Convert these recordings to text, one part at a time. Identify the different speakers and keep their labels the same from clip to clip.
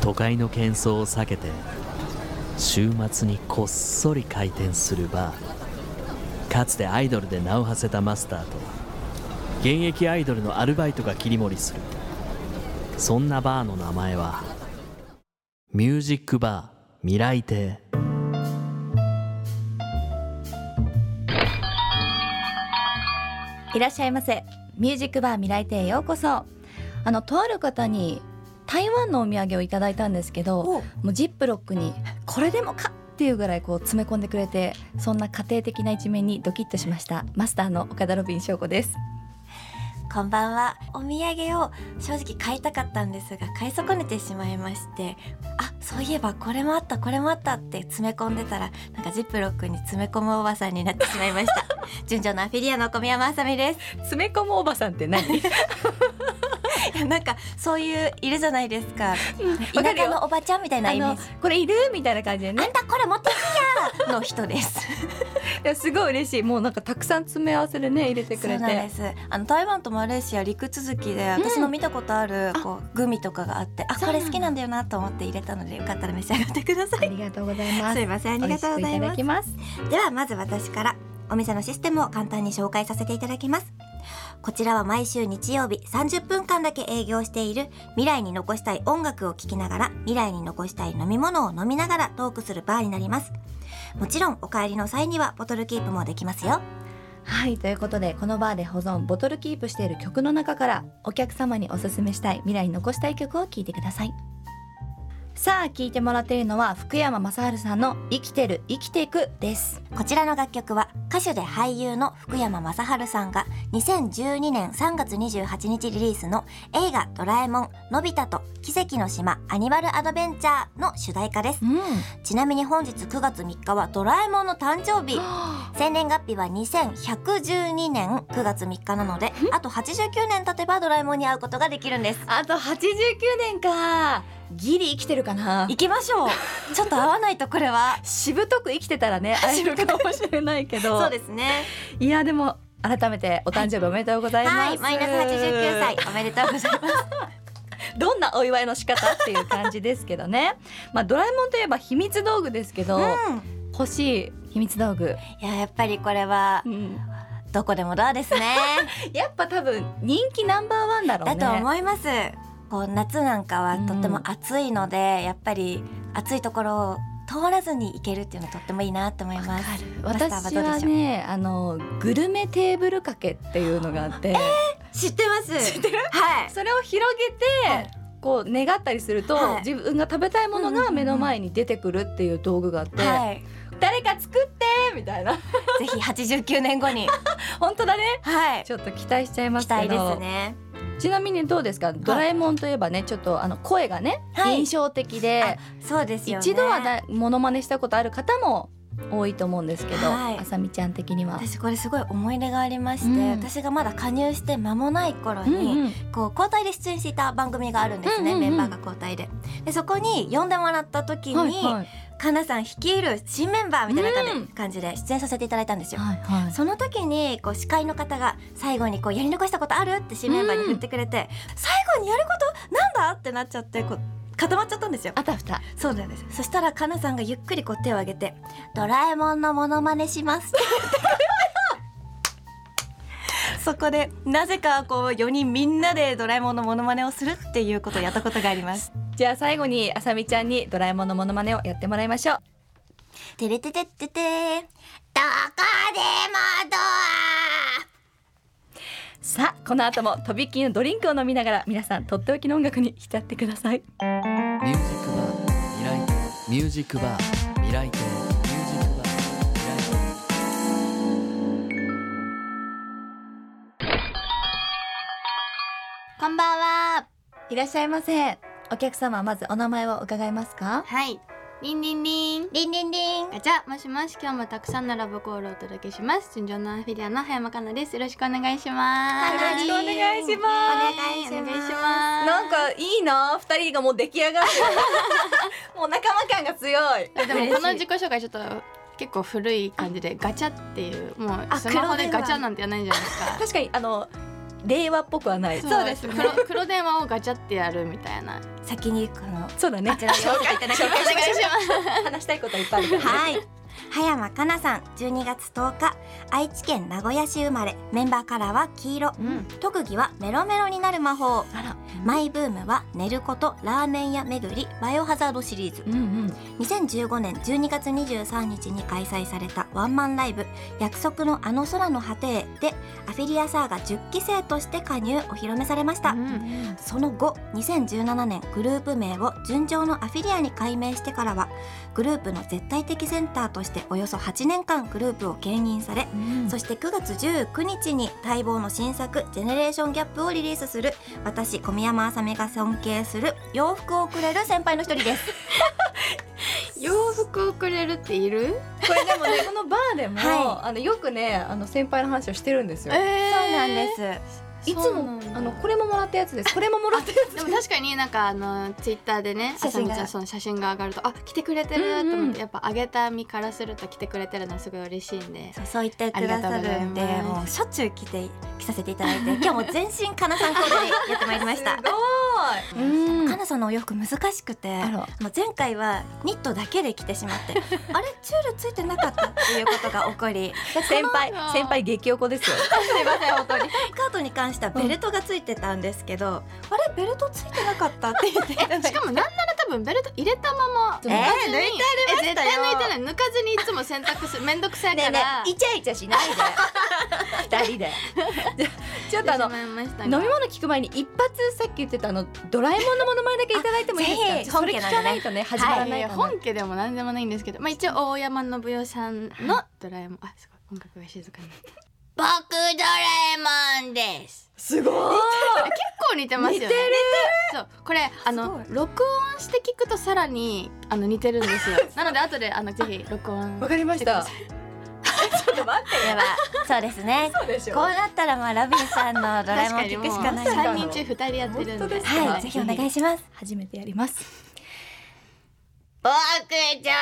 Speaker 1: 都会の喧騒を避けて週末にこっそり開店するバーかつてアイドルで名を馳せたマスターと現役アイドルのアルバイトが切り盛りするそんなバーの名前はミュージックバー未来亭
Speaker 2: いらっしゃいませミュージックバー未来亭へようこそあのとある方に台湾のお土産をいただいたんですけど
Speaker 3: お
Speaker 2: もうジップロックにこれでもかっていうぐらいこう詰め込んでくれてそんな家庭的な一面にドキッとしましたマスターの岡田ロビン翔子です
Speaker 3: こんばんはお土産を正直買いたかったんですが買い損ねてしまいましてあそういえばこれもあったこれもあったって詰め込んでたらなんかジップロックに詰め込むおばさんになってしまいました 順調のアフィリアの小宮山あさみです
Speaker 2: 詰め込むおばさんって何
Speaker 3: いやなんかそういういるじゃないですか
Speaker 2: わ
Speaker 3: 田
Speaker 2: かる
Speaker 3: 舎
Speaker 2: よ
Speaker 3: のおばちゃんみたいな
Speaker 2: あ
Speaker 3: イメー
Speaker 2: の
Speaker 3: ジ
Speaker 2: これいるみたいな感じで
Speaker 3: あ
Speaker 2: ね
Speaker 3: んたこれ持ってきやの人です
Speaker 2: いやすごい嬉しいもうなんかたくさん詰め合わせでね入れてく
Speaker 3: そう
Speaker 2: れ
Speaker 3: なんで
Speaker 2: て
Speaker 3: すあの台湾とマレーシア陸続きで
Speaker 2: うん
Speaker 3: 私の見たことあるこうグミとかがあってあ
Speaker 2: そうなん
Speaker 3: こ
Speaker 2: だ
Speaker 3: れ好きなんだよなと思って入れたのでよかったら召し上がってくださ
Speaker 2: あ
Speaker 3: い
Speaker 2: りがとうございます
Speaker 3: いませんありがとうござい
Speaker 2: 美味しくいただ
Speaker 3: ます
Speaker 2: きます
Speaker 3: ではまず私からお店のシステムを簡単に紹介させていただきますこちらは毎週日曜日30分間だけ営業している未来に残したい音楽を聴きながら未来に残したい飲み物を飲みながらトークするバーになりますもちろんお帰りの際にはボトルキープもできますよ
Speaker 2: はいということでこのバーで保存ボトルキープしている曲の中からお客様におすすめしたい未来に残したい曲を聴いてくださいさあ聴いてもらっているのは福山雅治さんの「生きてる生きていく」です
Speaker 3: こちらの楽曲は歌手で俳優の福山雅治さんが2012年3月28日リリースの映画「ドラえもんのび太と奇跡の島アニマルアドベンチャー」の主題歌です
Speaker 2: うん
Speaker 3: ちなみに本日9月3日はドラえもんの誕生日生年月日は2112年9月3日なのであと89年経てばドラえもんに会うことができるんです
Speaker 2: あと89年かギリ生きてるかな
Speaker 3: 行きま しょうちょっと会わないとこれは
Speaker 2: しぶとく生きてたらね会えるかもしれないけど
Speaker 3: そうですね
Speaker 2: いやでも改めてお誕生日おめでとうございます、
Speaker 3: はいマイナス89歳おめでとうございます
Speaker 2: どんなお祝いの仕方っていう感じですけど ねまあドラえもんといえば秘密道具ですけど、
Speaker 3: うん
Speaker 2: 欲しい秘密道具、
Speaker 3: いややっぱりこれはどこでもドアですね
Speaker 2: やっぱ多分人気ナンバーワンだろう
Speaker 3: だ
Speaker 2: ね
Speaker 3: と思いますこう夏なんかはとっても暑いので、やっぱり暑いところを通らずに行けるっていうのはとってもいいなって思いますマス
Speaker 2: 私
Speaker 3: ターはど
Speaker 2: は
Speaker 3: うでしょ
Speaker 2: ねあのグルメテーブル掛けっていうのがあって、
Speaker 3: 知ってます知ってるはい
Speaker 2: それを広げて、
Speaker 3: はい
Speaker 2: こう願ったりすると、
Speaker 3: はい
Speaker 2: 自分が食べたいもの
Speaker 3: うんうんうん
Speaker 2: が
Speaker 3: うん
Speaker 2: 目の前に出てくるっていう道具があって、
Speaker 3: はい、
Speaker 2: 誰か作ってみたいな
Speaker 3: ぜひ89年後に
Speaker 2: 本当だね
Speaker 3: はい
Speaker 2: ちょっと期待しちゃいま
Speaker 3: 期
Speaker 2: すけど
Speaker 3: 待ですね
Speaker 2: ちなみにどうですかドラえもんといえばねちょっとあの声がね、
Speaker 3: はい
Speaker 2: 印象的で、
Speaker 3: あそうですよね
Speaker 2: 一度はだモノマネしたことある方も多いと思うんですけど、
Speaker 3: はい
Speaker 2: あさみちゃん的には。
Speaker 3: 私これすごい思い出がありまして、
Speaker 2: うん
Speaker 3: 私がまだ加入して間もない頃
Speaker 2: う
Speaker 3: に、
Speaker 2: んうん、
Speaker 3: こう交代で出演していた番組があるんですね、
Speaker 2: うんうんうん
Speaker 3: メンバーが交代ででそこに呼んでもらった時に、
Speaker 2: はいはい
Speaker 3: かなさん率いる新メンバーみたいな感じ,、
Speaker 2: うん
Speaker 3: 感じで出演させていただいたんですよ。
Speaker 2: はいはい
Speaker 3: その時にこう司会の方が最後にこうやり残したことあるって新メンバーに振ってくれて、最後にやることなんだってなっちゃってこう固まっちゃったんですよ。
Speaker 2: あたふた
Speaker 3: そうなんです。そしたらかなさんがゆっくりこう手を挙げてドラえもんのモノマネしますって言って。 そこでなぜかこう4人みんなでドラえもんのモノマネをするっていうことをやったことがあります。
Speaker 2: じゃあ最後にあさみちゃんにドラえもんのモノマネをやってもらいましょう
Speaker 3: てれててっててどこでもドア
Speaker 2: さあこの後もとびっきりのドリンクを飲みながら皆さんとっておきの音楽に浸ってください
Speaker 1: ミュージックバー未来亭ミュージックバー未来亭ミュージックバー未来亭
Speaker 3: こんばんはい
Speaker 2: らっしゃいませお客様まずお名前を伺えますか
Speaker 4: はい。リンリンリン。
Speaker 3: リンリンリン
Speaker 4: ガチャ、もしもし、今日もたくさんのラブコールをお届けします。純情のアフィリアの葉山かなです。よろしくお願いします。
Speaker 3: かなり
Speaker 2: よろしくお願いします
Speaker 3: お願いします
Speaker 4: お願いします
Speaker 2: なんかいいな二人がもう出来上がってもう仲間感が強い
Speaker 4: でも、この自己紹介ちょっと。結構古い感じでガチャっていうもう
Speaker 3: あ
Speaker 4: スマホで
Speaker 3: 黒電話
Speaker 4: ガチャなんてやらないじゃないですか
Speaker 2: 確かにあの令和っぽくはない
Speaker 3: そうですね
Speaker 4: 黒黒電話をガチャってやるみたいな。
Speaker 3: 先にこのこ
Speaker 2: そうだね
Speaker 3: ちらに紹介いただきま
Speaker 4: お願いし
Speaker 3: す
Speaker 4: ます。
Speaker 2: 話したいことはいっぱいあるから
Speaker 3: はい。葉山かなさん、12月10日、愛知県名古屋市生まれ、メンバーカラーは黄色、
Speaker 2: うん
Speaker 3: 特技はメロメロになる魔法、
Speaker 2: あら
Speaker 3: マイブームは寝ること、ラーメン屋巡り、バイオハザードシリーズ
Speaker 2: う、んうん
Speaker 3: 2015年12月23日に開催されたワンマンライブ、約束のあの空の果てへで、アフィリアサーが10期生として加入、お披露目されました。
Speaker 4: うん
Speaker 3: その後2017年グループ名を純情のアフィリアに改名してからはグループの絶対的センターとしておよそ8年間グループを兼任され
Speaker 2: そ
Speaker 3: そして9月19日に待望の新作「ジェネレーションギャップ」をリリースする私小宮山あさみが尊敬する洋服をくれる先輩の一人です。
Speaker 4: 洋服をくれるっている？
Speaker 2: これでもねこのバーでも、
Speaker 3: は
Speaker 2: あのよくねあの先輩の話をしてるんですよ、
Speaker 4: え
Speaker 3: そうなんです
Speaker 2: いつ
Speaker 4: そうな
Speaker 2: も
Speaker 4: んだ
Speaker 2: あのこれももらったやつですこれももらったやつ
Speaker 4: でも確かになんかあのツイッターでね
Speaker 3: 写
Speaker 4: あさ
Speaker 3: 真
Speaker 4: み
Speaker 3: が
Speaker 4: ちゃんその写真が上がるとあ来てくれてると思って、
Speaker 2: うんうん。
Speaker 4: やっぱ上げた身からすると来てくれてるのすごい嬉しいんで
Speaker 3: そうそう言ってくださるんで
Speaker 4: ありがとうございます
Speaker 3: もうしょっちゅう着て着させていただい て今日も全身かなさんコーデでやってまいりました
Speaker 2: すごいうん
Speaker 3: かなさんのお洋服難しくて
Speaker 2: あら
Speaker 3: まあ、前回はニットだけで着てしま ってあれチュールついてなかったっていうことが起こり
Speaker 2: 先輩
Speaker 4: そう
Speaker 2: 先輩激おこですよ
Speaker 3: すいません本当にカートに関してはベルトがついてたんですけど、あれベルトついてなかったって言っていただいて
Speaker 4: しかもなんなら多分ベルト入れたまま
Speaker 2: えー
Speaker 4: 抜かずに
Speaker 3: 抜いてありましたよ
Speaker 4: え絶対抜いてない抜かずにいつも洗濯するめんどくさい
Speaker 2: ね
Speaker 4: か
Speaker 2: えね
Speaker 4: ら、
Speaker 2: えイチャイチャしない で二人でじゃちょっとあの
Speaker 4: やってしまいました
Speaker 2: 飲み
Speaker 4: が
Speaker 2: 物聞く前に一発さっき言ってたあのドラえもんのモノマネだけいただいてもいい ですか
Speaker 3: あぜひ
Speaker 2: ちょっとそれ聞かないとね始まら
Speaker 4: い
Speaker 2: な
Speaker 4: やい
Speaker 2: い
Speaker 4: や
Speaker 2: かな、
Speaker 4: 本家でも何でもないんですけど、まあ、一応大山信代さんの「ドラえもん」あすごい音楽が静かになった僕ドラえもんです
Speaker 2: すごい
Speaker 4: 結構似てますよね
Speaker 2: 似てる
Speaker 4: そうこれあの
Speaker 3: す
Speaker 4: 録音して聞くとさらにあの似てる んですよなので後であのぜひ録 音
Speaker 2: わかりま したちょっと待
Speaker 3: ではそうですね
Speaker 2: ってでし
Speaker 3: こうなったらまあラビンさんのドラえもん
Speaker 4: 確
Speaker 3: 聞
Speaker 4: も
Speaker 3: くしかない
Speaker 2: 確か
Speaker 4: 3
Speaker 2: にも
Speaker 4: 人
Speaker 2: う
Speaker 4: 中2人やってる
Speaker 2: 本
Speaker 4: ん
Speaker 2: 当
Speaker 4: で
Speaker 2: です
Speaker 3: はい、ぜひお願いします
Speaker 2: 初めてやります
Speaker 3: 僕ドラ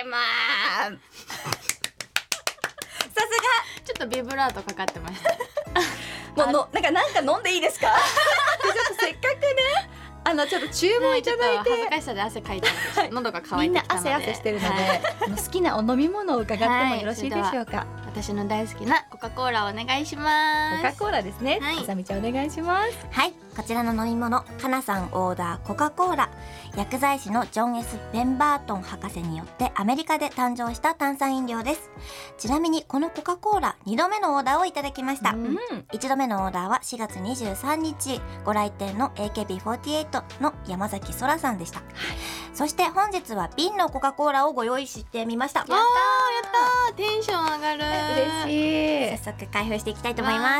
Speaker 3: えもんさすが
Speaker 4: ちょっとビブラートかかってました
Speaker 2: もうのなんかなんか飲んでいいですか でちょっとせっかくねあのちょっと注文い
Speaker 4: ちょ
Speaker 2: ただい
Speaker 4: っと
Speaker 2: て、
Speaker 4: 恥ずかしさで汗かいてました喉が乾
Speaker 2: み
Speaker 4: い
Speaker 2: ん
Speaker 4: て
Speaker 2: な
Speaker 4: きたの
Speaker 2: 汗
Speaker 4: で
Speaker 2: 汗してるので、
Speaker 4: はい
Speaker 2: あの好きなお飲み物を伺ってもよろしいでしょうか、
Speaker 4: 私の大好きなコカ・コーラお願いします
Speaker 2: コカ・コーラですね、
Speaker 4: はい
Speaker 2: あさみちゃんお願いします
Speaker 3: はい、こちらの飲み物、かなさんオーダーコカ・コーラ。薬剤師のジョン・ S ・ベンバートン博士によってアメリカで誕生した炭酸飲料です。ちなみにこのコカ・コーラ、2度目のオーダーをいただきました。
Speaker 4: う
Speaker 2: うんん、
Speaker 3: 1度目のオーダーは4月23日ご来店の AKB48 の山崎そらさんでした、そして本日は瓶のコカ・コーラをご用意してみました
Speaker 4: あーやったーテンション上がるしい
Speaker 2: 嬉しい
Speaker 3: 早速開封していきたいと思いま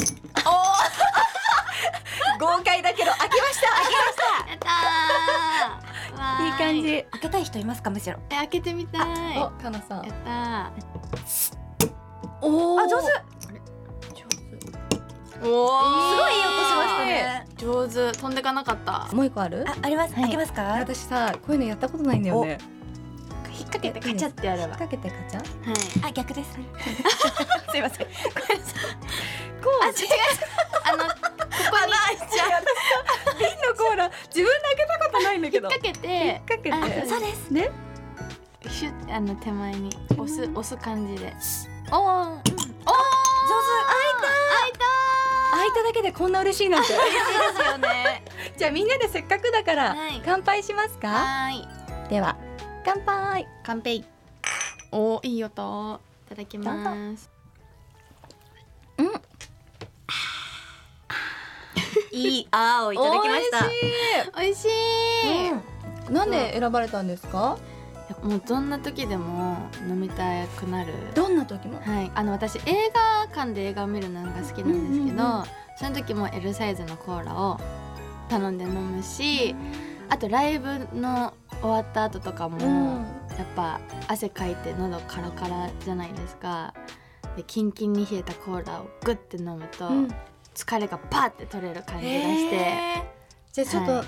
Speaker 3: す
Speaker 4: す
Speaker 2: 豪快だけど開きました
Speaker 4: やったーわー
Speaker 2: いい感じ
Speaker 4: え
Speaker 2: え
Speaker 3: 開けたい人いますかむしろ
Speaker 4: 開けてみたい
Speaker 2: お
Speaker 4: や
Speaker 2: かなさん
Speaker 4: ったーあ
Speaker 2: お
Speaker 3: あ上手
Speaker 4: おーすご
Speaker 3: いい音しましたね
Speaker 4: 上手飛んでかなかった
Speaker 2: もう一個ある
Speaker 3: ああります、
Speaker 2: はい
Speaker 3: 開けますか
Speaker 2: 私さこういうのやったことないんだよね
Speaker 4: 引っ掛けてカチャってやれ
Speaker 2: 引
Speaker 4: ば
Speaker 2: っ
Speaker 4: は
Speaker 2: 掛けてガチャ
Speaker 4: い
Speaker 3: あ逆ですすいま せん
Speaker 2: こ
Speaker 4: あ違うあのここに
Speaker 2: うじゃあ瓶のコーラ自分で開けたことないんだけど
Speaker 4: 引っ掛けて
Speaker 2: 掛け
Speaker 4: あ
Speaker 2: て
Speaker 3: そうです
Speaker 2: ね
Speaker 4: シュッてあの手前に押す押す感じでおー、うん、おー上手開い
Speaker 2: 開いただけでこんな嬉しいなんて
Speaker 3: ですよね。
Speaker 2: じゃあみんなでせっかくだから、
Speaker 4: はい
Speaker 2: 乾杯しますか
Speaker 4: た はーい
Speaker 2: では乾杯
Speaker 4: 乾杯おーいい音いただきます
Speaker 3: いいあーをいただきました。
Speaker 4: 美味しい、い
Speaker 2: うん、なんで選ばれたんですか
Speaker 4: やもうどんな時でも飲みたくなる
Speaker 2: どんな時も
Speaker 4: はい、あの私映画館で映画を見るのが好きなんですけど、
Speaker 2: うんうんう
Speaker 4: その時も L サイズのコーラを頼んで飲むしあとライブの終わった後とかも、やっぱ汗かいて喉カラカラじゃないですかでキンキンに冷えたコーラをグッて飲むと、
Speaker 2: うん
Speaker 4: 疲れがパーって取れる感じがして、
Speaker 2: えーじゃあちょっと、
Speaker 4: は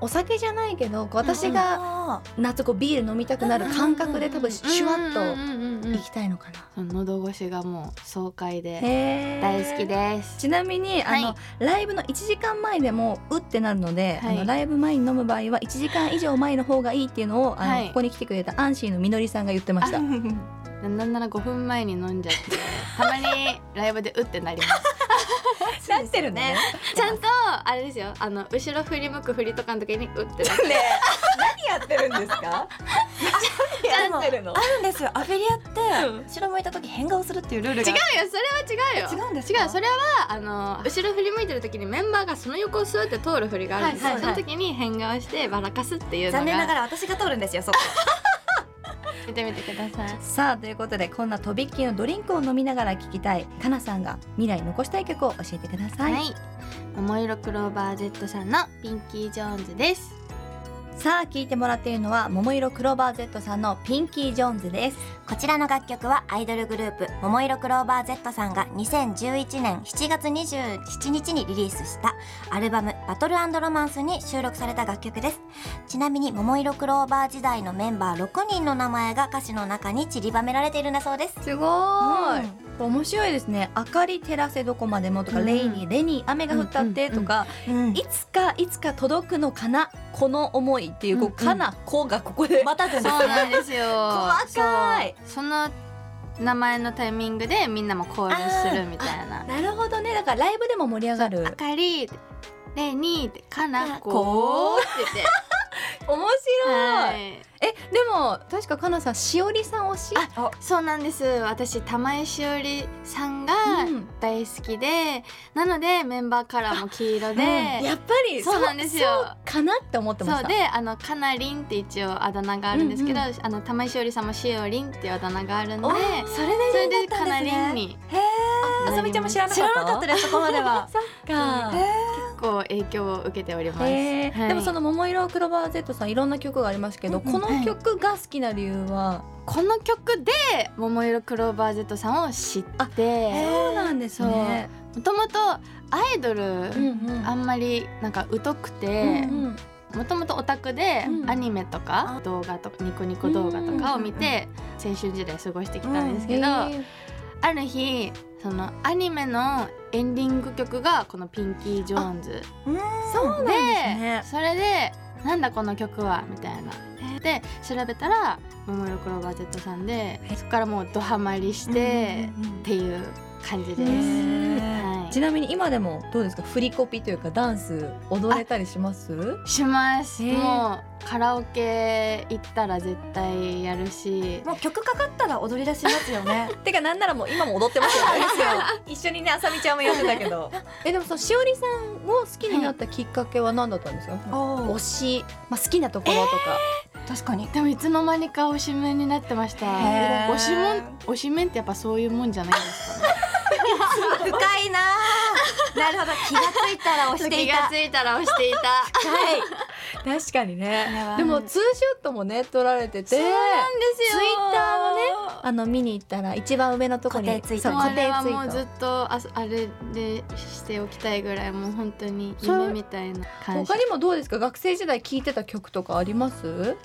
Speaker 2: お酒じゃないけどこう私が
Speaker 3: が
Speaker 2: 夏こうビール飲みたくなる感覚で多分シュワッ
Speaker 4: ッ
Speaker 2: といきたいのかな。
Speaker 4: その喉越しがもう爽快で
Speaker 2: へー
Speaker 4: 大好きです
Speaker 2: ちなみにあの、
Speaker 4: は
Speaker 2: ライブの1時間前でもうってなるので、
Speaker 4: はい
Speaker 2: あのライブ前に飲む場合は1時間以上前の方がいいっていうのをあの、
Speaker 4: はい
Speaker 2: ここに来てくれたアンシーのみのりさんが言ってました。
Speaker 4: なんなら5分前に飲んじゃってたまにライブでうってなります
Speaker 2: なってる ね。
Speaker 4: ちゃんとあれですよあの後ろ振り向く振りとかの時にうってなる
Speaker 2: 何やってるんです か？
Speaker 3: 何やって
Speaker 2: るの
Speaker 3: あ？るんですよアフィリアって後ろ向いた時変顔するっていうルールが
Speaker 4: 違うよそれは違うよ
Speaker 3: 違うんです
Speaker 4: 違
Speaker 3: か
Speaker 4: うそれはあの後ろ振り向いてる時にメンバーがその横をスーって通る振りがあるんですよ、
Speaker 2: はいはいはい
Speaker 4: その時に変顔してばらかすっていうのが
Speaker 3: 残念ながら私が通るんですよそこ
Speaker 4: 見てみてください
Speaker 2: さあということでこんなとびっきりのドリンクを飲みながら聴きたいかなさんが未来に残したい曲を教えてください。
Speaker 4: はい桃色クローバー Z さんのピンキー・ジョーンズです
Speaker 2: さあ聴いてもらっているのは桃色クローバー Z さんのピンキージョーンズです。
Speaker 3: こちらの楽曲はアイドルグループももいろクローバー Z さんが2011年7月27日にリリースしたアルバム「バトルロマンス」に収録された楽曲ですちなみにももいろクローバー時代のメンバー6人の名前が歌詞の中に散りばめられているんだそうです
Speaker 2: すごーい、面白いですね「明かり照らせどこまでも」とか「
Speaker 4: うん
Speaker 2: レイニーレニー雨が降ったって」とか、
Speaker 3: うん
Speaker 2: いつかいつか届くのかなこの思い」っていうこう
Speaker 4: うんうん
Speaker 2: かな」「こ」がここで
Speaker 3: またぐんです
Speaker 4: そうなん
Speaker 3: ね
Speaker 4: ですよ
Speaker 2: 細かい
Speaker 4: そうその名前のタイミングでみんなもコールするみたいな
Speaker 2: なるほどねだからライブでも盛り上がる
Speaker 4: あかりレニーってかな
Speaker 2: こ
Speaker 4: こって言って
Speaker 2: 面白い、
Speaker 4: はい
Speaker 2: えでも確かかなさんしおりさん推し
Speaker 4: あそうなんです私玉井しおりさんが
Speaker 2: うん
Speaker 4: 大好きで、なのでメンバーカラーも黄色で、
Speaker 2: やっぱり
Speaker 4: そうなんですよ
Speaker 2: そうかなって思ってまし
Speaker 4: そう
Speaker 2: た
Speaker 4: であのかなりんって一応あだ名があるんですけど、
Speaker 2: うん
Speaker 4: あの玉井しおりさんもしおりんっていうあだ名があるんで
Speaker 3: おーそれで
Speaker 4: それ
Speaker 3: 理由
Speaker 4: で
Speaker 3: だった
Speaker 4: か
Speaker 3: んです
Speaker 4: な
Speaker 3: ね
Speaker 4: りんに
Speaker 3: へえ
Speaker 2: あさみちゃんも知らなかった
Speaker 3: 知らなかった ですそこまでは
Speaker 2: そっか
Speaker 3: へ
Speaker 4: こう影響を受けております、
Speaker 2: へー
Speaker 4: はい
Speaker 2: でもその「桃色クローバー Z」さんいろんな曲がありますけど、
Speaker 3: うんうん
Speaker 2: この曲が好きな理由は、
Speaker 4: この曲で「桃色クローバー Z」さんを知っ
Speaker 2: あ
Speaker 4: て
Speaker 2: そうなんですね。
Speaker 4: もともとアイドル
Speaker 2: んうん
Speaker 4: あんまりなんか疎くて、
Speaker 2: うんうん
Speaker 4: もともとオタクで
Speaker 2: うん
Speaker 4: アニメとか動画とかニコニコ動画とかを見て青春時代過ごしてきたんですけど、あ
Speaker 2: へー
Speaker 4: る日そのアニメのエンディング曲がこのピンキー・ジョーンズ
Speaker 3: うん
Speaker 2: そうなん
Speaker 4: で
Speaker 2: ですね。
Speaker 4: それで「なんだこの曲は」みたいな。で調べたら「ももいろクローバー Z」さんでそこからもうドハマりして
Speaker 3: うんうんうん
Speaker 4: っていう感じです。
Speaker 2: へー
Speaker 4: はい
Speaker 2: ちなみに今でもどうですか振りコピというかダンス踊れたりします
Speaker 4: します
Speaker 2: へー
Speaker 4: もうカラオケ行ったら絶対やるし
Speaker 3: もう曲かかったら踊り出しますよね
Speaker 2: てかなんならもう今も踊ってますよ 一緒にねあさみちゃんもやってたけど えでもそのしおりさんを好きになったきっかけは何だったんですか、
Speaker 3: お
Speaker 2: 推し、まあ、好きなところとか、
Speaker 3: 確かに
Speaker 4: でもいつの間にか推しメンになってました
Speaker 3: へー
Speaker 4: 推しもん推しメンってやっぱそういうもんじゃないですか、ね、
Speaker 3: 深いなあ なるほど気がついたら押していた
Speaker 4: ついたら推していた
Speaker 3: はい
Speaker 2: 確かにね
Speaker 3: やばい
Speaker 2: でもツーショットもね撮られてて
Speaker 4: そうなんですよ
Speaker 2: ツイッターのねあの見に行ったら一番上のとこに
Speaker 3: 固定ツイート
Speaker 2: そう
Speaker 4: もう
Speaker 2: 固
Speaker 4: あ
Speaker 2: 定ツイ
Speaker 4: れは
Speaker 2: ー
Speaker 4: もう
Speaker 2: ト
Speaker 4: ずっとああれでしておきたいぐらいもう本当に夢みたいな感じ
Speaker 2: 他にもどうですか学生時代聴いてた曲とかありますうん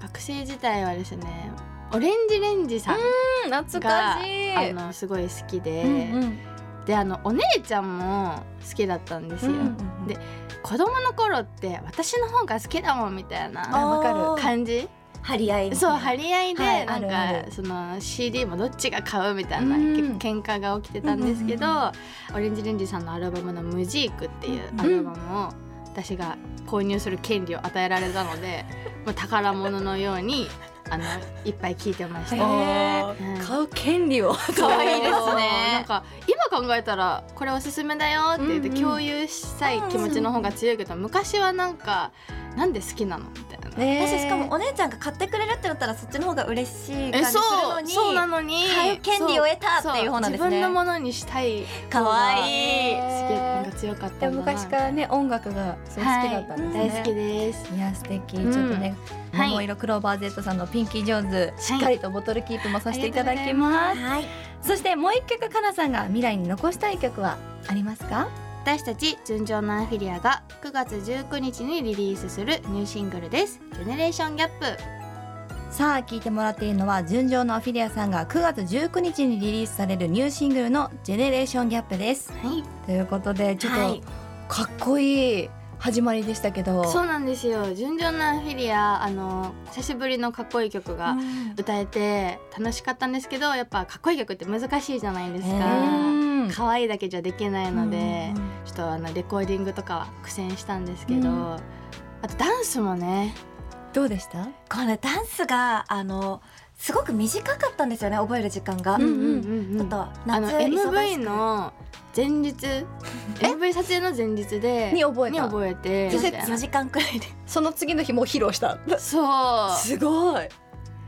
Speaker 4: 学生時代はですねオレンジレンジさん
Speaker 2: 懐
Speaker 4: かし
Speaker 2: い
Speaker 4: あのすごい好きで、
Speaker 2: うんうん
Speaker 4: であのお姉ちゃんも好きだったんですよ、
Speaker 2: うん
Speaker 4: で子供の頃って私の方が好きだもんみたい
Speaker 2: あ
Speaker 4: な
Speaker 2: わかる
Speaker 4: 感じ
Speaker 3: 張り合い
Speaker 4: そう張り合いで、
Speaker 2: はい
Speaker 4: なんか
Speaker 2: あるある
Speaker 4: その CD もどっちが買うみたいな、
Speaker 2: うん
Speaker 4: 結構喧嘩が起きてたんですけど、
Speaker 3: うんうん
Speaker 4: オレンジレンジさんのアルバムの「ムジーク」っていうアルバムを私が購入する権利を与えられたの で、もう宝物のようにあのいっぱい聴いてました。
Speaker 2: へー
Speaker 4: うん
Speaker 2: 買う権利を
Speaker 4: 可
Speaker 2: 可
Speaker 4: 愛
Speaker 2: 愛
Speaker 4: い
Speaker 2: い
Speaker 4: で
Speaker 2: ですす
Speaker 4: ね。なん
Speaker 2: ね
Speaker 4: か今考えたらこれおすすめだよって言って
Speaker 2: うんうん
Speaker 4: 共有したい気持ちの方が強いけど、昔はなんかなんで好きなのみたいな。
Speaker 3: 私しかもお姉ちゃんが買ってくれるってなったらそっちの方が嬉しい感じ
Speaker 4: え
Speaker 3: す
Speaker 4: そ
Speaker 3: るの
Speaker 4: う
Speaker 3: に
Speaker 4: そうなのに
Speaker 3: 買う権利を得たっていう方なんですね
Speaker 4: そ自分のものにしたい
Speaker 3: かわいい
Speaker 4: 好きなんか強かった
Speaker 2: で
Speaker 4: んだ
Speaker 2: も
Speaker 4: な
Speaker 2: 昔からね音楽がすごい好きだったんですね、
Speaker 4: 大好きです
Speaker 2: いや素敵、
Speaker 4: うん
Speaker 2: ちょっとね
Speaker 4: はい
Speaker 2: 桃色クローバー Z さんのピンキージョーンズ、
Speaker 4: い
Speaker 2: しっかりとボトルキープもさせていただきます
Speaker 3: はい
Speaker 2: そしてもう一曲かなさんが未来に残したい曲はありますか
Speaker 4: 私たち純情のアフィリアが9月19日にリリースするニューシングルです「ジェネレーションギャップ
Speaker 2: さあ聞いてもらっているのは純情のアフィリアさんが9月19日にリリースされるニューシングルの「ジェネレーションギャップです。
Speaker 4: はい
Speaker 2: ということでちょっ
Speaker 3: は
Speaker 2: と
Speaker 3: い
Speaker 2: かっこいい始まりでしたけど、
Speaker 4: そうなんですよ純情のアフィリアあの久しぶりのかっこいい曲が歌えて楽しかったんですけどやっぱかっこいい曲って難しいじゃないです
Speaker 2: う
Speaker 4: か
Speaker 2: ん
Speaker 4: 可愛いだけじゃできないので
Speaker 3: うん
Speaker 4: ちょっとあのレコーディングとかは苦戦したんですけど、
Speaker 2: うん
Speaker 4: あとダンスもね
Speaker 2: どうでした
Speaker 3: このダンスがあのすごく短かったんですよね覚える時間が、
Speaker 2: うんうん
Speaker 3: ちょっと
Speaker 4: あの
Speaker 3: 夏忙しく
Speaker 4: MV の前日 MV 撮影の前日で
Speaker 2: に覚え
Speaker 4: に
Speaker 2: た
Speaker 4: 覚えて
Speaker 2: 季節
Speaker 4: みたい
Speaker 3: 4時間くら いで
Speaker 2: その次の日もう披露した
Speaker 4: なそう
Speaker 2: すごい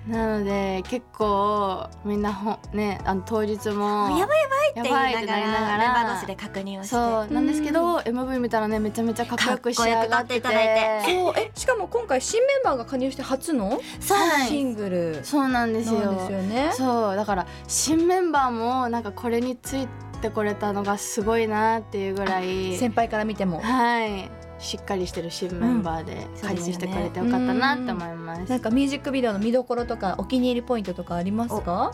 Speaker 4: なので結構みんなほねあの当日
Speaker 3: や
Speaker 4: も
Speaker 3: ばいやばいって言いなが
Speaker 4: やばいってなりなが
Speaker 3: ら
Speaker 4: ら
Speaker 3: メンバー同士で確認をして
Speaker 4: そうなんですけど MV 見たらねめちゃめちゃかっこよく仕上がってて
Speaker 3: かっこよく歌っていただい
Speaker 2: そうえしかも今回新メンバーが加入して初の
Speaker 3: そう
Speaker 4: はい
Speaker 2: シングルなんです
Speaker 4: そうなんですよ
Speaker 2: よね。
Speaker 4: そうだから新メンバーもなんかこれについてこれたのがすごいなっていうぐらい
Speaker 2: 先輩から見ても
Speaker 4: はいしっかりしてる新メンバーで
Speaker 3: そう
Speaker 4: 加
Speaker 3: です
Speaker 4: 入
Speaker 3: よね
Speaker 4: してくれてよかったなって思います、
Speaker 2: なんかミュージックビデオの見どころとかお気に入りポイントとかありますか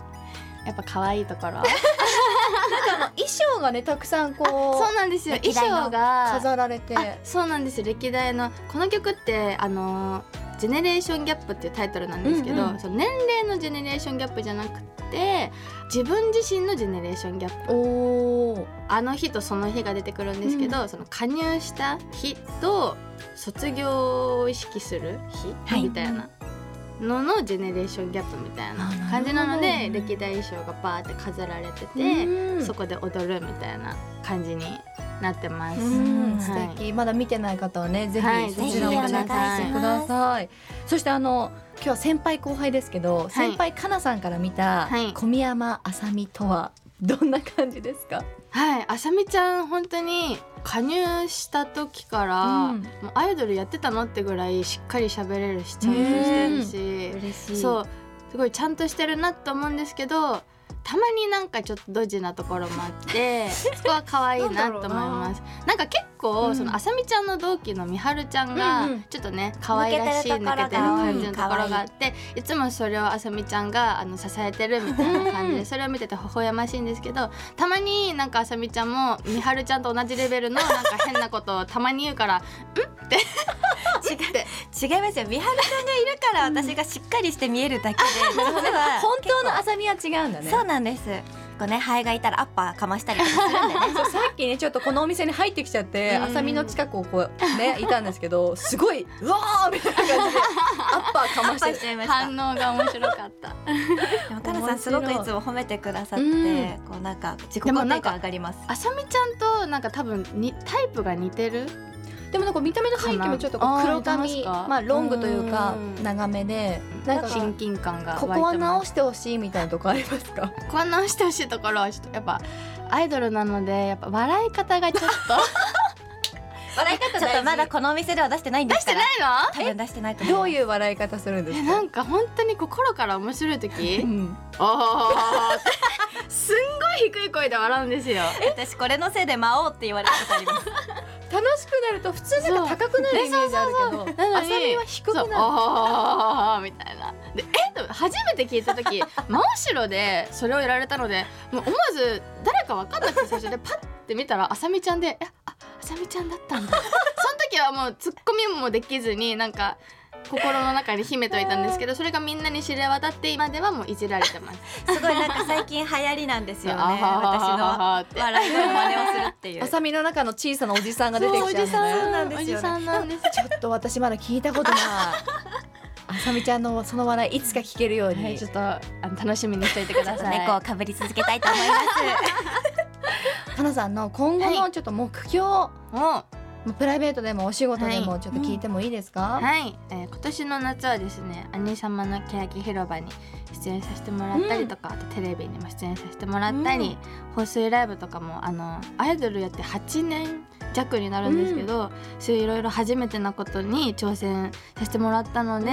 Speaker 4: やっぱ可愛いところ
Speaker 2: 衣装がねたくさんこ
Speaker 4: そうなんですよ
Speaker 3: 歴
Speaker 4: 衣
Speaker 3: 代の
Speaker 4: 装が
Speaker 2: 飾られて
Speaker 4: あそうなんですよ歴代のこの曲ってあの「ジェネレーションギャップ」っていうタイトルなんですけど、
Speaker 2: うんうん
Speaker 4: その年齢のジェネレーションギャップじゃなくて自分自身のジェネレーションギャップ
Speaker 2: おー
Speaker 4: あの日とその日が出てくるんですけど、その加入した日と卒業を意識する日、
Speaker 3: はい
Speaker 4: みたいなののジェネレーションギャップみたいな
Speaker 2: あ
Speaker 4: 感じなので
Speaker 2: なるほど
Speaker 4: 歴代衣装がバーって飾られてて、
Speaker 2: で
Speaker 4: そこで踊るみたいな感じになってます。
Speaker 2: うん、素
Speaker 4: はい
Speaker 2: 敵、まだ見てない方はね、ぜひ、
Speaker 4: はい
Speaker 2: そちらもチェックしてくだ
Speaker 3: ぜひお願いし
Speaker 2: さい。そして、あの、今日は先輩後輩ですけど、先輩かなさんから見た、
Speaker 4: はい
Speaker 2: 小宮山あさみとは。どんな感じですか。
Speaker 4: はい、あさみちゃん本当に加入した時から、
Speaker 2: うん
Speaker 4: もうアイドルやってたのってぐらいしっかり喋れるしちゃんとしてるし、
Speaker 3: 嬉しい
Speaker 4: そうすごいちゃんとしてるなと思うんですけどたまになんかちょっとドジなところもあってそこは可愛いなと思いますなんか結構、
Speaker 2: うん
Speaker 4: そのあさみちゃんの同期のみはるちゃんが、
Speaker 2: うんうん
Speaker 4: ちょっとね可愛らしい
Speaker 3: 抜けてるところが
Speaker 4: 抜けてる感じのところがあっていつもそれをあさみちゃんがあの支えてるみたいな感じでそれを見てて微笑ましいんですけどたまになんかあさみちゃんもみはるちゃんと同じレベルのなんか変なことをたまに言うから
Speaker 3: 違う違いますよ美晴ちゃんがいるから私がしっかりして見えるだけで実は
Speaker 2: 本当のあさみは違うんだね。
Speaker 3: そうなんですこうねハエがいたらアッパーかましたりとかするんでね
Speaker 2: そうさっきねちょっとこのお店に入ってきちゃって
Speaker 4: うん
Speaker 2: あさみの近くをこう ねいたんですけどすごいうわーみたいな感 じでアッパーかまして
Speaker 3: しちゃいました
Speaker 4: 反応が面白かった。
Speaker 3: でもかなさんすごくいつも褒めてくださって、
Speaker 2: う
Speaker 3: こうなんか自己
Speaker 4: でも
Speaker 3: 肯
Speaker 4: なん
Speaker 3: 定
Speaker 4: か
Speaker 3: 感上がります
Speaker 4: あさみちゃんとなんか多分にタイプが似てる
Speaker 2: でもなんか見た目の背景もちょっとこう黒
Speaker 4: かなあー似
Speaker 2: 髪
Speaker 4: てますか
Speaker 2: まあロングというか
Speaker 4: うん
Speaker 2: 長めでなんか
Speaker 4: 親近感が湧いて
Speaker 2: こ
Speaker 4: ます
Speaker 2: こは直してほしいみたいなとこあります か
Speaker 4: ここは直してほしいところはちょっとやっぱアイドルなのでやっぱ笑い方がちょっ と
Speaker 3: 笑い方ちょっとまだこのお店では出してないんですから
Speaker 4: ないの
Speaker 3: 多分出してないと思
Speaker 2: どう
Speaker 3: う
Speaker 2: いう笑い方するんです
Speaker 4: え
Speaker 2: か
Speaker 4: なんか本当に心から面白い時
Speaker 2: ん、
Speaker 4: あー すんごい低い声で笑うんですよ
Speaker 3: 私これのせいで魔王って言われたことあります
Speaker 2: 楽しくなると普通なんか高くなるイメージあるけど
Speaker 4: なの
Speaker 2: あ
Speaker 4: に
Speaker 2: さみは低く
Speaker 4: そう
Speaker 2: なる
Speaker 4: あーみたいなでえっと初めて聞いた時 真後ろでそれをやられたのでもう思わず誰か分かんなくて最初でパッて見たらあさみちゃんでえ「ああさみちゃんだったん だ」その時はもうツッコミもできずになんか心の中に秘めといたんですけどそれがみんなに知れ渡って今ではもういじられてます。
Speaker 3: すごいなんか最近流行りなん ですよね
Speaker 4: あは
Speaker 3: 私
Speaker 4: はは
Speaker 3: の
Speaker 4: はって
Speaker 3: 笑いの真似をするっていう
Speaker 2: あさみの中の小さなおじさんが出て
Speaker 4: そうお
Speaker 2: きちゃう
Speaker 4: じ
Speaker 2: の
Speaker 4: さん
Speaker 2: ね
Speaker 3: なんですよね
Speaker 4: おじさんなんです
Speaker 2: ちょっと私まだ聞いた ことないあさみちゃんのその笑いいつか聞けるように、
Speaker 4: はい、ちょっとあの楽しみにしていてください。
Speaker 3: 猫をかぶり続けたいと思いま
Speaker 2: かなさんの今後
Speaker 4: は
Speaker 2: のちょっと目標、
Speaker 4: もう
Speaker 2: まあプライベートでもお仕事でもちょっと聞いてもいいですか、
Speaker 4: はい、えー今年の夏はですね「兄様の欅広場」に出演させてもらったりとか、あとテレビにも出演させてもらったり、放水ライブとかもあのアイドルやって8年弱になるんですけど、そういういろいろ初めてなことに挑戦させてもらったので、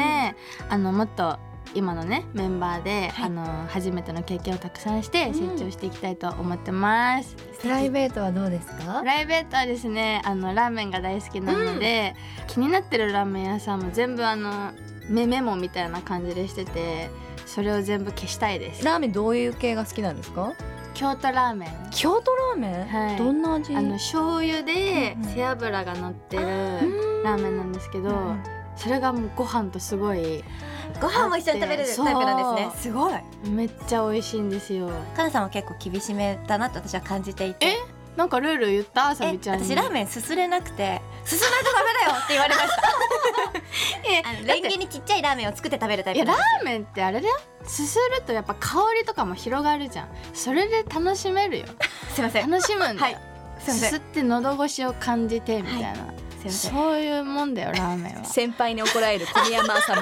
Speaker 4: あのもっと今のねメンバーで、
Speaker 3: はい
Speaker 4: あの初めての経験をたくさんして成
Speaker 2: うん
Speaker 4: 長していきたいと思ってます。
Speaker 2: プライベートはどうですか
Speaker 4: プライベートはですねあのラーメンが大好きなので、気になってるラーメン屋さんも全部あのメメモみたいな感じでしててそれを全部消したいです
Speaker 2: ラーメンどういう系が好きなんですか
Speaker 4: 京都ラーメン
Speaker 2: 京都ラーメン、
Speaker 4: はい
Speaker 2: どんな味
Speaker 4: あの醤油で
Speaker 2: うんうん
Speaker 4: 背脂が乗ってる
Speaker 2: うん
Speaker 4: ラーメンなんですけど、
Speaker 3: うん
Speaker 4: それがもうご飯とすごい
Speaker 3: ご飯も一緒に食べるタイプなんですねすごい
Speaker 4: めっちゃ美味しいんですよ
Speaker 3: かなさんは結構厳しめだなって私は感じていて
Speaker 4: えなんかルール言ったあさ
Speaker 3: え
Speaker 4: みちゃんに
Speaker 3: 私ラーメンすすれなくてすすないとダメだよって言われました
Speaker 4: え
Speaker 3: あの
Speaker 4: だっ
Speaker 3: レ
Speaker 4: て
Speaker 3: ンゲにちっちゃいラーメンを作って食べるタイ
Speaker 4: い
Speaker 3: プ
Speaker 4: や
Speaker 3: な
Speaker 4: ラ
Speaker 3: んです
Speaker 4: ーメンってあれだよすするとやっぱ香りとかも広がるじゃんそれで楽しめるよ
Speaker 3: すいません
Speaker 4: 楽しむんだよ、
Speaker 3: はいすいますせん
Speaker 4: すって喉越しを感じてみたい
Speaker 3: す
Speaker 4: な、
Speaker 3: いません
Speaker 4: そういうもんだよラーメ ンは
Speaker 2: 先輩に怒られる小宮山あさ み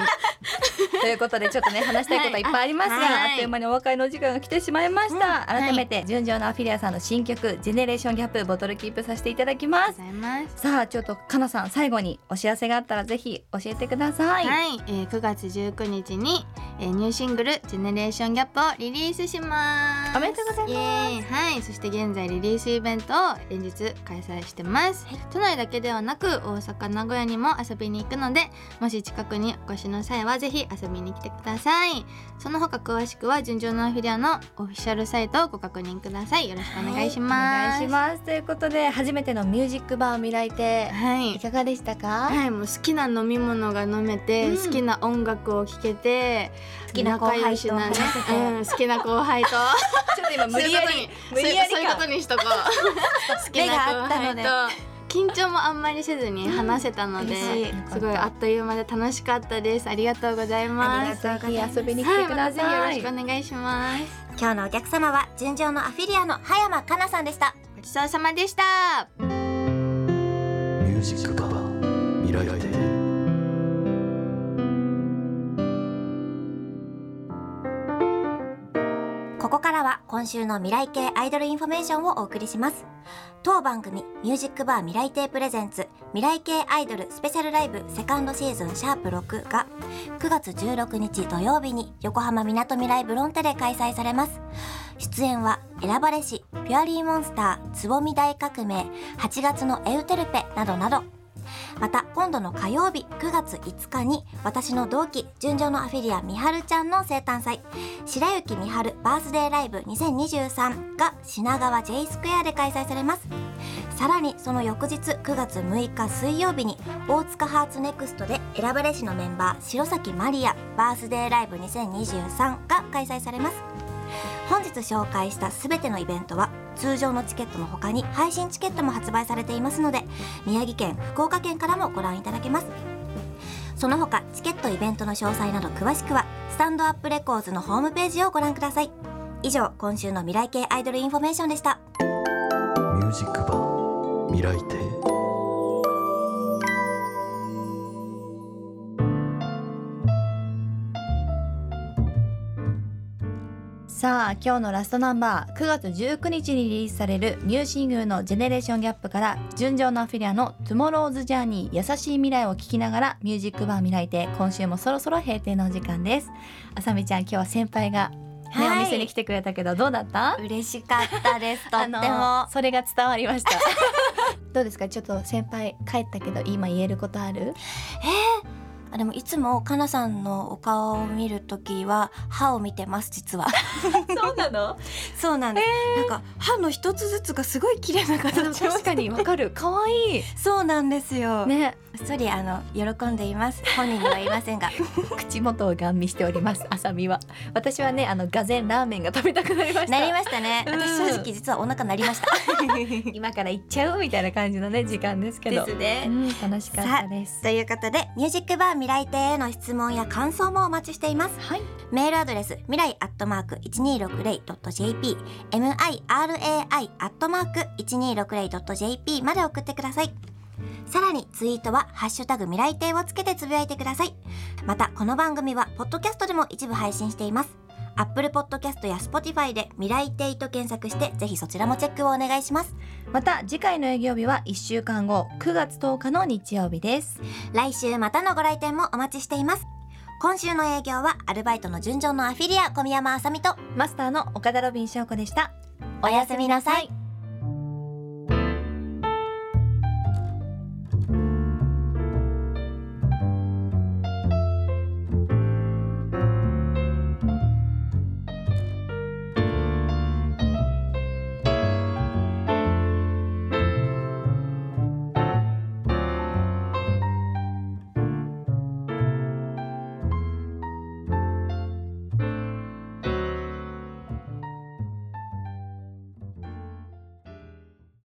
Speaker 2: ということでちょっとね話したいことはいっぱいありますが、
Speaker 4: はい
Speaker 2: あっという間にお別れのお時間が来てしまいました、改めて純情のアフィリアさんの新曲「ジェネレーションギャップボトルキープさせていただき
Speaker 4: あ
Speaker 2: ま
Speaker 4: りが
Speaker 2: す
Speaker 4: とうございます
Speaker 2: さあちょっとかなさん最後にお知らせがあったらぜひ教えてください、
Speaker 4: はい、えー、9月19日に、えー、ニューシングル「ジェネレーションギャップをリリースします
Speaker 2: おめでとうございます
Speaker 4: イエーイはいそして現在リリースイベントを連日開催してます、都内だけではなく大阪名古屋にも遊びに行くのでもし近くにお越しの際はぜひ遊びに来てくださいその他詳しくは純情のアフィリアのオフィシャルサイトをご確認くださいよろしくお願いします、
Speaker 2: お願いしますということで初めてのミュージックバー未来亭
Speaker 4: はい
Speaker 2: いかがでしたか、
Speaker 4: はい、もう好きな飲み物が飲めて、
Speaker 2: うん
Speaker 4: 好きな音楽を聴けて
Speaker 3: 好きな後輩と
Speaker 4: 仲良し
Speaker 3: 話せて
Speaker 4: なねうん、好きな後輩 と
Speaker 2: ちょっと今無理やり
Speaker 4: そういうことにそう
Speaker 2: 無理やり
Speaker 4: いう
Speaker 2: か
Speaker 4: ことにしとこう好き
Speaker 3: 目
Speaker 4: な
Speaker 3: があ
Speaker 4: 後
Speaker 3: ったの
Speaker 4: 輩
Speaker 3: で
Speaker 4: と緊張もあんまりせずに話せたので、
Speaker 3: 嬉しい
Speaker 4: すごいあっという間で楽しかったですありがとうござい
Speaker 3: あ
Speaker 4: ま
Speaker 3: り
Speaker 4: す
Speaker 3: がとうございます
Speaker 2: ぜひ遊びに来
Speaker 4: は
Speaker 2: て
Speaker 4: い、
Speaker 2: く
Speaker 4: ま
Speaker 2: だ
Speaker 4: たぜひよ
Speaker 2: さ
Speaker 4: ろ
Speaker 2: い、
Speaker 4: しくお願いします
Speaker 3: 今日のお客様は純情のアフィリアの葉山かなさんでした
Speaker 4: ごちそうさまでした
Speaker 5: ミュージックバー未来亭
Speaker 3: ここからは今週の未来系アイドルインフォメーションをお送りします。当番組ミュージックバー未来亭プレゼンツ未来系アイドルスペシャルライブセカンドシーズンシャープ6が9月16日土曜日に横浜みなとみらいブロンテで開催されます。出演は選ばれし、ピュアリーモンスター、つぼみ大革命、8月のエウテルペなどなどまた今度の火曜日9月5日に私の同期純情のアフィリアみはるちゃんの生誕祭白雪みはるバースデーライブ2023が品川 J スクエアで開催されますさらにその翌日9月6日水曜日に大塚ハーツネクストで選ばれしのメンバー白崎マリアバースデーライブ2023が開催されます本日紹介したすべてのイベントは通常のチケットの他に配信チケットも発売されていますので宮城県福岡県からもご覧いただけますその他チケットイベントの詳細など詳しくはスタンドアップレコーズのホームページをご覧ください以上今週の未来系アイドルインフォメーションでした
Speaker 5: ミュージックバー未来亭
Speaker 2: さあ今日のラストナンバー9月19日にリリースされるニューシングルの「ジェネレーションギャップから純情のアフィリアの「トゥモローズジャーニー優しい未来」を聞きながらミュージックバー未来亭今週もそろそろ閉店のお時間ですあさみちゃん今日は先輩が、ね
Speaker 3: は
Speaker 2: お
Speaker 3: い
Speaker 2: 店に来てくれたけどどうだった
Speaker 3: 嬉しかったです とっても、
Speaker 2: あのそれが伝わりました どうですかちょっと先輩帰ったけど今言えることある
Speaker 3: あでもいつもかなさんのお顔を見るときは歯を見てます実は
Speaker 2: そうなの
Speaker 3: そうなんです、なんか歯の一つずつがすごい綺麗な 形を
Speaker 2: 確かにわかる可愛 い
Speaker 3: そうなんですよ、
Speaker 2: ね
Speaker 3: うっそりあの喜んでいます本人に は言いませんが
Speaker 2: 口元をガン見しておりますあさみは私はねあのがぜんラーメンが食べたくなりました
Speaker 3: なりましたね、
Speaker 2: うん
Speaker 3: 私正直実はお腹なり ました
Speaker 2: 今から行っちゃうみたいな感じのね時間ですけど
Speaker 3: ですね
Speaker 2: うん、楽しかったです
Speaker 3: ということでミュージックバー未来亭への質問や感想もお待ちしています
Speaker 2: はい
Speaker 3: メールアドレス未来アットマーク 1260.jp mirai アットマーク 1260.jp まで送ってくださいさらにツイートはハッシュタグ未来亭をつけてつぶやいてくださいまたこの番組はポッドキャストでも一部配信していますアップルポッドキャストや Spotify で未来亭と検索してぜひそちらもチェックをお願いします
Speaker 2: また次回の営業日は1週間後9月10日の日曜日です
Speaker 3: 来週またのご来店もお待ちしています今週の営業はアルバイトの純情のアフィリア小宮山あさみと
Speaker 2: マスターの岡田ロビン翔子でした
Speaker 3: おやすみなさい